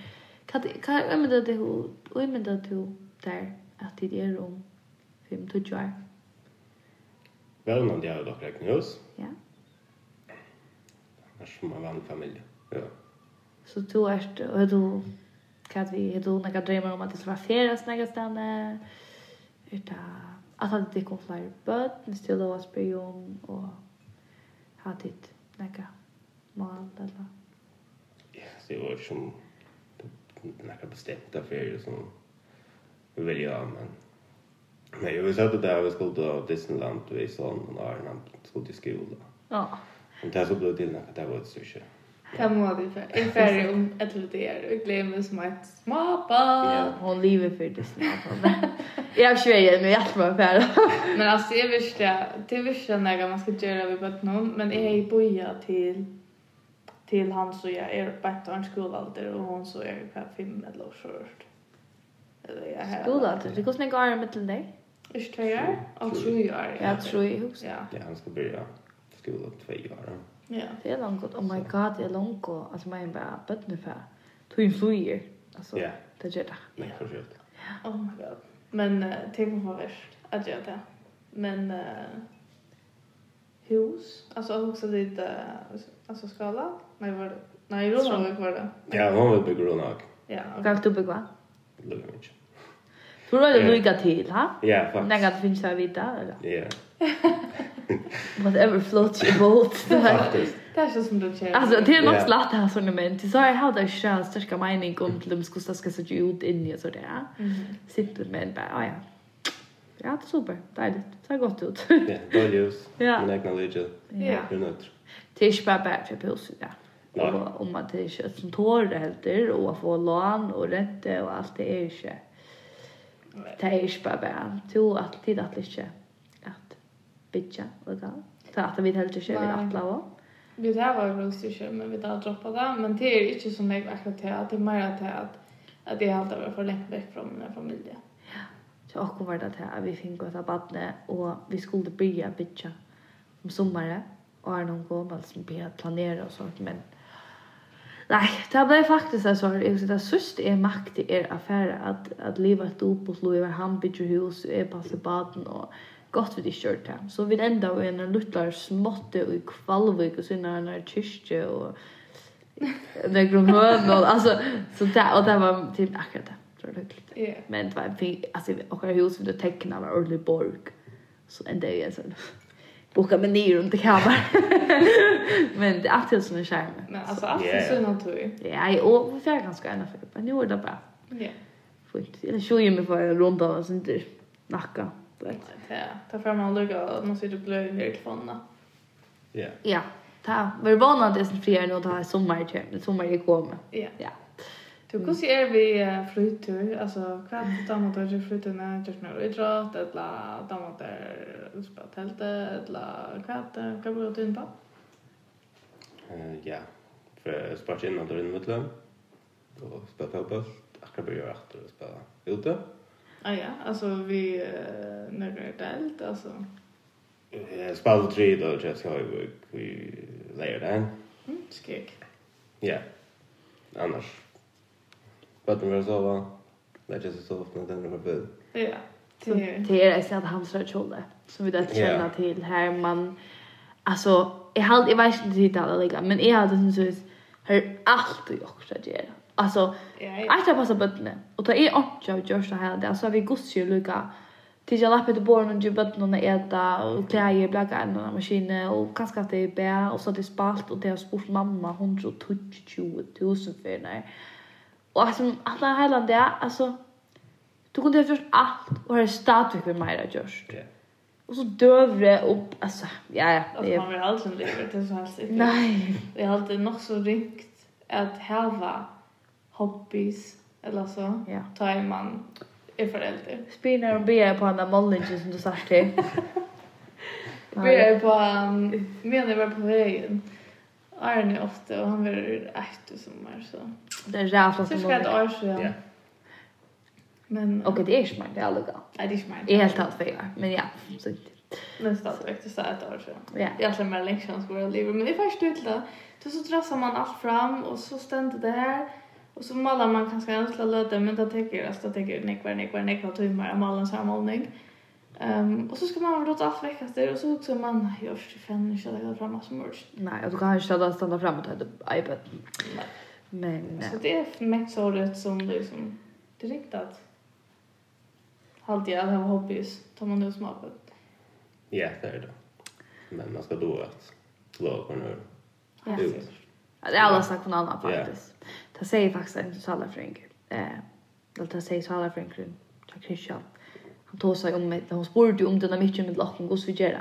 B: Kan jag undra till hur... Jag undra till där att det är om 5-20 år.
C: Väl någon där dock räknar hus.
B: Ja.
C: Annars får man vara en familj. Ja.
B: Så du är... Och du... Kan vi... Har du några drömmar om att det ska vara färdas några ställen? Utan... Att ha det kom fler böt. Still då oss börja om och... Ha ditt... Några mål eller...
C: Ja, så det var som er några bestämda ferier som vi vill göra, men Men jag visste att det där vi skulle till Disneyland och i sån och Arnhem skulle till skolan.
B: Ja.
C: Men det här så blev det till att det var ett stycke.
A: Fem månader för. Jag är färdig er om ett litet år och glömmer som ett småbarn.
C: Ja.
B: Hon lever för Disney. Jag har tjejer med hjärtbara färd.
A: Men alltså det är värsta, det är värsta när man ska göra vid bötnom. Men jag är i boja till, till han så jag är på ett års skolalder och hon så är på fem eller så. Eller jag är
B: Skola, du går snägg åren med till dig.
A: Usch två år? Ja,
C: Tror
A: två år.
B: Jag tror jag också.
A: Ja.
C: Ja, han ska börja skolan två år.
A: Ja.
B: Det är långt gott. Oh my god, det är långt gott. Alltså man är bara bötner för. Tog en flyger. Alltså,
C: Ja.
B: det gör det.
C: Nej, försökt.
A: Oh my god. Men uh, tänk om vad värst att göra det. Men eh hus, alltså också lite uh, alltså skala. Nej, var det? Nej, Ronavik var det.
C: Ja, hon vill bygga Ronag.
A: Ja. okej.
B: Gav du begå?
C: Lugna mig inte.
B: Tror du att
C: Ja.
B: det lycka till, ha?
C: Ja,
B: När
C: faktiskt.
B: kan det finns här vidare, eller?
C: Ja,
B: Whatever floats your boat.
C: faktiskt.
A: Det är så som du känner.
B: Alltså det är
C: Ja.
B: nog slatt det här sådana men till så har jag haft en skön största mening om till dem skulle ska se ut in i och sådär.
A: Mhm.
B: Simpelt men bara, ja ja. Ja, det är super. Dejligt. Det ser gott ut.
C: Ja, Dolius.
B: Ja.
C: Min egna lidje.
A: Ja.
C: Hur nötter.
B: Det er är inte bara bara för huset, ja.
C: Nej.
B: Och om man det er är inte ett sånt hår det heter och att få lån och ränta och allt det är inte er Det er ikke bare bare. To at tid at ikke er at bitja og gal. Så at vi helt ikke vil
A: Nei.
B: atle også.
A: Vi tar var brustyrkjør, men vi tar droppa det. Men det er ikke som jeg akkurat til, at det er mer til at, at jeg alltid var for lengt vekk fra min familie.
B: Så akkurat var det til at vi fikk gå til badne, og vi skulle bygge bitja om sommeren. um Og er noen gammel som blir planere og sånt, men Nei, det ble faktisk en sorg. Jeg synes det sørste er makt i er affære, at, at livet er opp og slå i hver hand, bygger hus, og er passer baden, og godt vi ikke kjørt det. Så vi enda var en luttler småtte og i kvalvik, og sånn en kyrkje, og det grunn høn, og altså, så det, og det var til akkurat det. Det var lykkelig.
A: Ja.
B: Men det var en fin, alltså och hus vi då teckna var ordentlig borg. Så en dag är så boka mig ner runt i kammaren. men det är alltid sån en skärm.
A: Men alltså, allt
C: Ja,
A: är
C: ja.
A: så natur.
B: Ja, och vi får ganska gärna för men nu är det bara
A: Ja.
B: fullt. Jag såg ju mig för en runda och sånt där nacka. du vet.
A: Det tar fram och lugga och nu sitter du blöj ner i kvanna.
C: Ja.
B: Ja, ta var vana att det är som friare nu att ha sommar till, men sommar i kommer.
A: Ja.
B: Ja.
A: Du, hvordan er vi eh, Alltså, flytur? Altså, hva er det damer til flytur med Kjørsner og idrott, eller damer til spela teltet, eller hva er det? Hva blir du inn på?
C: Eh, ja. För sparka in andra i mitten. Och spela fotboll. Akkurat börjar jag åter spela ute.
A: Ah, ja, altså vi uh, nødvendig telt, altså.
C: Jag spelade Eh, tre då jag ska ha i i lördag.
A: Mm, skrik.
C: Ja. Annars. Vatten vill sova. Lägga sig sova när den är full.
A: Ja,
B: Så
A: det er.
B: det är ett att hamstra kjole som vi då
C: Ja.
B: känner till här man alltså jag hade jag vet inte hur det alla ligger men jag hade syns så här allt jag också att göra. Alltså
A: Ja, ja.
B: att jag passar bötterna och ta är också jag gör så här det alltså vi gods ju lucka till jag lappar till barnen och ger bötterna att äta och kläder blacka en annan maskin och kanske att det är bär och så att det är spalt och det har spurt mamma 120 000 för när och alltså alla hela det er, alltså Du kunde ha gjort allt och har stadigt med mig att gjort.
C: Ja.
B: Och så dövre och alltså ja ja.
A: At
B: Det,
A: man vil alltid leve til så er helst ikke.
B: nej.
A: Det er alltid nok så ringt at hava hobbies, eller så,
B: Ja.
A: ta en man er forelder.
B: Spinner och ber på andra mollen som du sa till.
A: Börjar på um, menar var på vägen. Arne är ofta och han var ett i sommar så.
B: Det er är rätt som
A: Cirka ett
B: mollen.
A: år sedan.
C: Ja.
A: Men
B: Okej, det är smart det är alltså.
A: nej, det är smart.
B: Det är helt allt fel. Men ja, så
A: Nästa att väckte så ett år sedan.
B: ja.
A: Jag har mer länge sedan skolan lever. Men det är först ut då. Då så trassar man allt fram och så ständer det här. Och så malar man kanske en liten löte. Men det tänker jag att det tänker nekvar, nekvar, nekvar timmar. Jag malar en sammanhållning. Um, och så ska man råta allt veckas där. Och så också man, nej, jag förstår fan, nu ska jag lägga fram massor av merch.
B: Nej, och du kan ju ställa stanna fram och ta ett iPad. Men eh,
A: Så det är mest så rätt som liksom direkt att allt jag har hobbies tar man nu smaken.
C: Ja, det är det. Men man ska då att låga på nu.
B: Ja.
C: Ut.
B: Ja, det är alla snack från annan
C: Ja.
B: faktiskt. Det säger faktiskt en salafränk. Eh, eller det säger salafränken från Christian. Han tog sig om mig, hon spurte ju om den här mycket med locken, gos vi göra.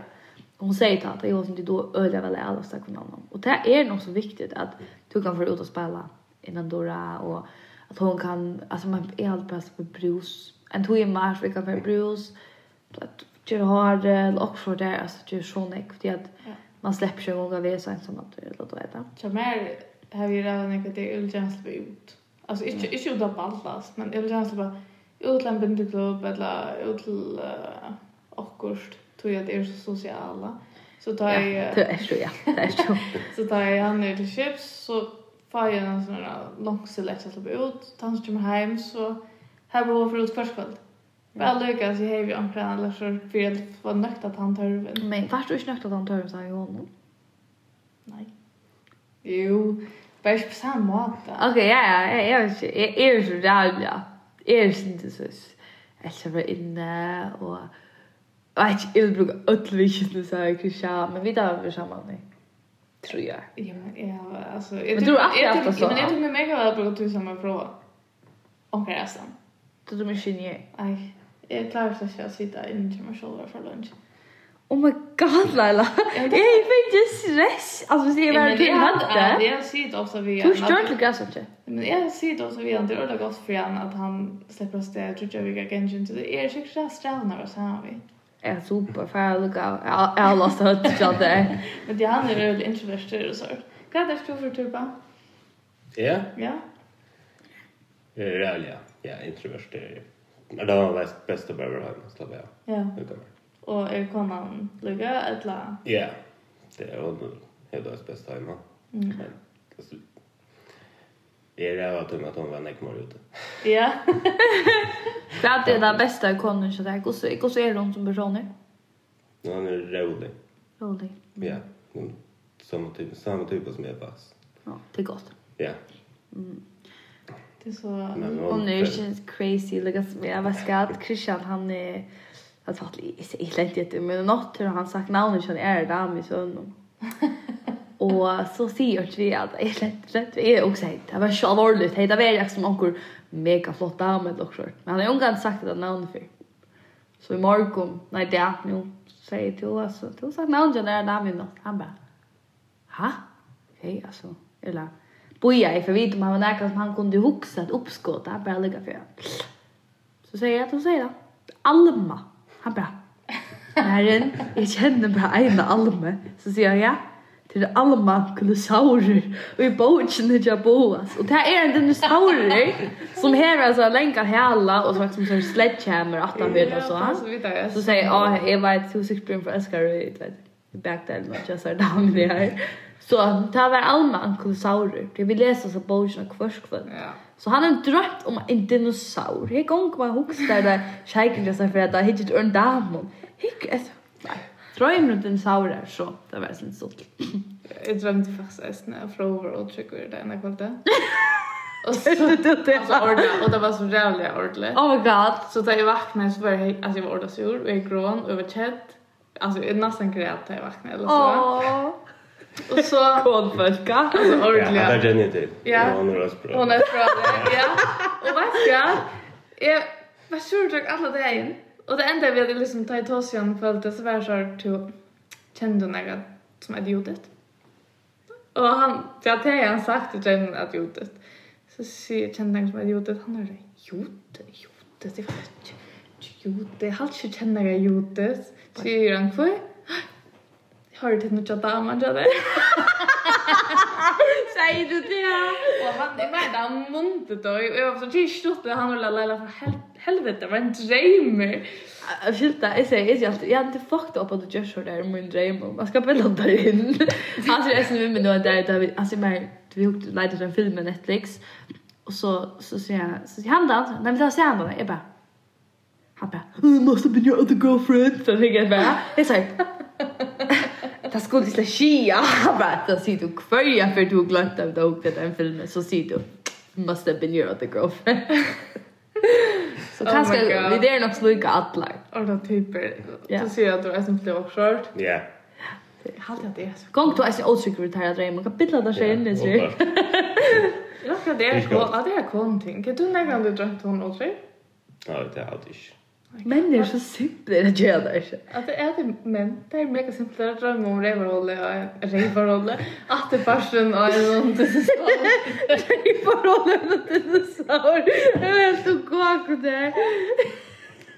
B: Hon säger till att jag har inte då öliga väl alla snack från annan. Och det är nog så viktigt att du kan få ut och spela innan Dora och att hon kan, alltså man är alltid bäst på brus. En tog i mars, vi kan få brus. Att eh, göra hår, eller också där, alltså göra sån ekvitt. Att
A: Ja.
B: man släpper sig en gång av er så ensam att det låter veta.
A: Så mer har vi redan en det vill gärna släppa ut. Alltså inte inte ut av ballast, men jag vill gärna släppa ut till en bindeklubb eller ut till uh, Ockurst. Tror jag att det är så sociala. Så tar jag...
B: det är så ja. Det er är så.
A: Så tar jeg han ned til chips, så får jeg en sånn langselekt til å bli ut. Ta han som kommer hjem, så har jeg behov for ut kvarskvall. Bare lykke, så har vi omkring, eller så blir jeg for nøkt at han tar over.
B: Men fast du inte nöjt att han um tar sig honom.
A: Nei. Jo, bare ikke på samme måte.
B: Okej, ja ja, jag jag vet inte. Jag är er så där ja. er Jag är inte så jag ska vara inne och Jag vet inte, jag vill bruka ödlviken och så här krisha, men vi tar över samman nu. Tror jag.
A: Ja, men jeg har, altså...
B: Men du har alltid haft det
A: sånn.
B: sånn.
A: Men jeg tror meg mega vel brukt ut sammen fra omkring resten.
B: er Då de är kinjer.
A: Nei, jeg klarer ikke å sitte inne til meg selv for lunsj.
B: Oh my god, Laila. Jeg fikk ikke er stress. Altså, hvis jeg var
A: men det
B: til
A: är han, ja,
B: hente.
A: det er är sykt ofta vi
B: Du stjør til græsvanskje.
A: Men er jag ser då så vi inte ordar gott för han att han släpper oss det tror jag vi kan kanske inte det er är säkert så strävna vad sa vi.
B: Jeg er super, for jeg lukka. Jeg har last høyt til alt det. er-
A: Men det er han är väl introvert och så. Vad är er det för typa?
C: Ja,
A: Ja.
C: jag är ärlig, ja. Jag är introvert. Det är Men det var mest bäst att behöva hem och slappa av.
A: Ja. er
C: Det kan man.
A: Och är konan lugga eller
C: Ja, det er är hon helt bäst hemma.
A: Mm.
C: Men, alltså, Det er är rätt tungt att hon var näckmar ute.
A: Ja.
B: Hva er det beste ikonen til deg? Hvordan er hun som personer?
C: Hon är er rolig.
B: Rolig.
A: Mm.
C: Ja, hon- samma typ, samma typ som jag fast.
B: Ja, det er godt.
C: Ja,
A: Det är så
C: men
B: Hon
A: er
B: är ju er crazy lika som jag var skatt. Christian han er- är att fatta i sig helt jätte men något hur han sagt namn och är där med son. Och så säger vi er att jag lätt rätt vi är också helt. Det var så allvarligt. Det var jag som onkel mega flott dam med också. Men han har ju inte sagt det namn för. Så i morgon, nej det er är nu säger till oss så till sagt namn jag är där med något. Han bara. Ha? Okej alltså. Eller boja i för vet man när kan han kunde huxa ett uppskott där bara lägga för. Så säger jag att hon säger det. Alma. Han bara. Herren, jag känner bara en Alma. Så säger jag ja. Till Alma kulosaurer. Och i bogen är jag boas. Och det här är en dinosaurer. Som er här alltså länkar hela. Och som liksom så här sledgehammer. Att han vet och så.
A: Ja, er så vidare.
B: Så säger jag, ja, jag vet hur sikt blir för älskar och jag vet, i backdelen och jag sa damen det här. Så ta var Alma ankylosaurer. Det vi läser så bogen och kvarskvöld.
A: Ja.
B: Så han har drømt om en dinosaur. Jeg kan ikke bare huske der det kjekker det seg for at det er ikke en damon. Hikk, altså. Nei. Drømmer om dinosaurer, så det var sånn stort.
A: Jag drömde fast ästna av frågor och trycker det ena kvällen. Och så alltså,
B: Oh
A: ordla, och det var så jävla ordentligt.
B: my god.
A: Så da jeg vakna, så var jeg, altså jeg var ordet sur, og jeg grån, og jeg var kjedd. Altså, jeg er nesten græt da jeg vakna, eller så.
B: Åh.
A: Og så,
B: Kålfølka.
A: altså,
C: Ja, er det
A: ordentlig.
C: där känner jag till.
A: Ja.
C: Hon är rätt bra.
A: Hon er fra det, ja. Og vet du hva? Jeg var sur drøk alle dagen. Og det enda vi hadde liksom tatt oss igjen, følte så var jeg sånn til kjenne noe som er idiotet. Og han, ja, det har han sagt til kjenne at idiotet. Så sier jeg kjenne noe som er idiotet, han er sånn, jodet, jodet, jeg vet ikke. Jodet, jeg har ikke kjenne noe jodet. Sier han, hva? Har du til noe damer, ja, det?
B: Sier du det?
A: Og han, jeg mener, er han muntet og jeg var så tjej stort, og han ville leila for hel helvete, var en dreimer.
B: Skylta, jeg sier, jeg sier alltid, jeg hadde fucked up at du gjør så der i min dream, og man skal bare landa inn. Altså, jeg sier med noe der, da vi, altså, jeg vi leide til en film med Netflix, og så, så sier jeg, så sier han dans, nei, men da sier han dans, jeg bare, han bara, oh, must have been your other girlfriend. Så fick jag bara, jag sa, det skulle inte skia. Han bara, då säger du kvölja för du har glömt av det och den filmen. Så säger du, must have been your other girlfriend. så
A: Oh my
B: kanske,
A: God.
B: vi är nog slika alla.
A: Og da typer,
B: Ja.
A: så sier jeg at du er som flere offshore.
C: Ja.
A: Jeg halte at det er så.
B: Gång du är så osäker ut här att man kan bilda där sig in i
C: hon
B: sig.
C: bara-
A: Jeg vet ikke at det er
C: Ikke
A: kål,
C: godt.
A: ja, det er kålting. Kan du nekka om du drømte hun også?
C: Ja, det er är allt ish.
B: Men det är er så simpelt att göra det här.
A: At det er det, men det er mega simpelt å drømme om reivarholde og reivarholde. At det er farsen og en sånn sånn.
B: I förhållande till dinosaur. Jag är er helt och kåk där.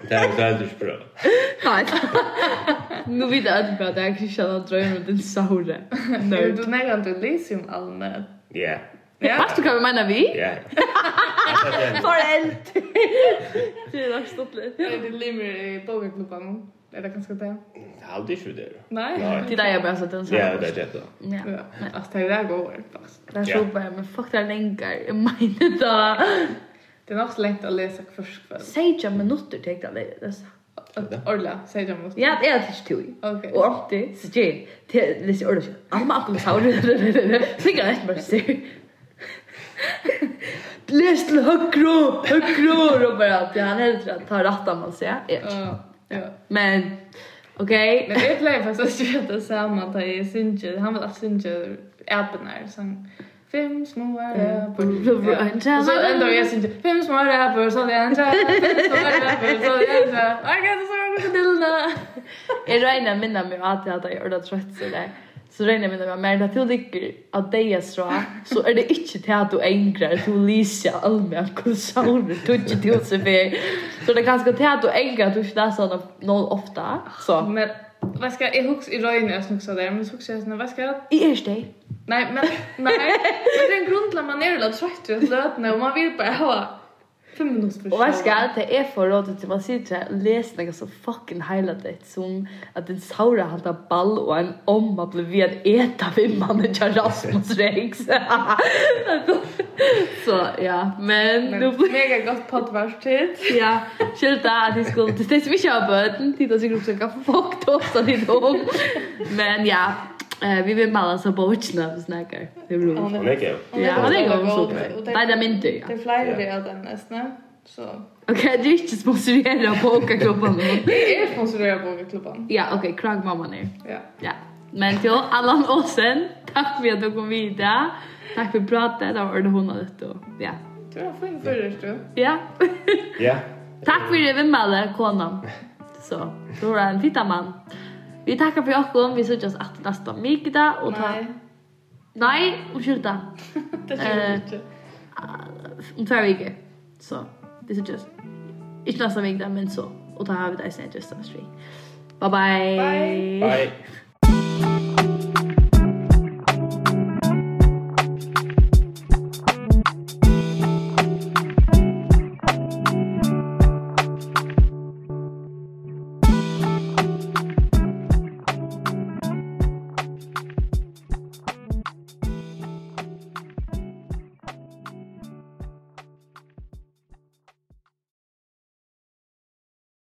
C: Det är också allt bra.
B: Nej. Nu vet jag att det är Christian han drömmer om den saure.
A: Men
B: Nerd.
A: du nekka om du er lyser om allmän.
C: Ja.
A: Ja.
B: Fast du kan vi mena vi?
C: Ja. Alltså, det är-
B: Forelt! Det är dags stått lite.
A: Er det limer i bogenklubben? Er det ganske det?
C: det er är allt ish för det.
A: Nei?
C: Nej.
B: Det är där jag bara satt en saur.
C: Ja, det är det då.
B: Ja.
A: Ja, altså det er det går fast.
B: Det är
C: Ja.
B: så bara, men fuck det er här länkar. Jag menar då.
A: Det er nok så lengt å lese først kveld.
B: Säg jag minuter tänkte jag det. Er Det är så-
A: Orla, sier jeg mot.
B: Ja, det er är tills tog.
A: Ok.
B: Och alltid så ger det det är ordet. Amma akkurat saur. er Fick jag rätt bara så. Läs till högro, högro och bara att han är att ta rätt om man säger. Ja.
A: Ja, ja.
B: Men okej.
A: Men er jeg pleier faktisk å gjøre det er samme da jeg synger. Han vil alltid synge appen her, sånn. Fem små ræper. Ja. Og så enda jeg synger. Fem små ræper, så det er en ræper. Fem små ræper, så det er en ræper. Hva kan du så
B: krokodillene. Jeg regner å minne meg at jeg hadde gjort det trøtt så det. Så regner jeg minne meg, men at du ligger av deg jeg strå, så er det ikke til at du engrer, du lyser allmenn kulsaurer, du ikke til seg for. Så det er ganske til at du engrer, at du ikke leser noe- noe ofte. Så,
A: Men vad ska jag hooks i röjn jag snuxar där men så också jag vad ska jag
B: jeg er ikke det.
A: nej men nej men den grundla man er är väl trött ut lötna och man vill bara ha fem minuter för
B: Og hva skal det er for råd til man sier til å lese noe så fucking highlightet som at en saura halte ball og en omma ble ved at eta vimmene til Rasmus Rex. så ja, men,
A: Men
B: men nu,
A: mega gott poddvars tid.
B: ja, skylda at de skulle til det som ikke har bøten, tid og sikkert oppsøkket for folk til oss av ditt ung. Men ja, eh, vi vil male oss av båtsene vi snakker. Det blir roligt.
C: Han er ikke.
B: Ja, det er jo
A: god.
B: super.
A: Og
B: Nei, det er min dyr,
A: Det
B: ja.
A: er flere
C: Ja.
A: det av den nesten. Så
B: Ok, du er ikke sponsoreret av Bokaklubben nå.
A: det er sponsorer på klubben.
B: Ja, okej, okay, krag mamma nu.
A: Ja.
B: Ja. Men till Allan Åsen, tack för att du kom vidare. Tack för pratet, det var det hon hade då. Ja.
A: Du har fin förrest du.
B: Ja.
C: Ja.
B: tack för det vi med konan. er Så, då är en fitta man. Vi tackar för Jakob, vi ses att nästa mikda och ta... um
A: Nej,
B: Nej. Nej, ursäkta.
A: det tror
B: Eh.
A: jag inte.
B: Om två veckor. Så, vi ses. Inte nästa mikda, men så. Och ta har vi dig sen just nästa vecka. Bye bye.
A: Bye.
C: Bye.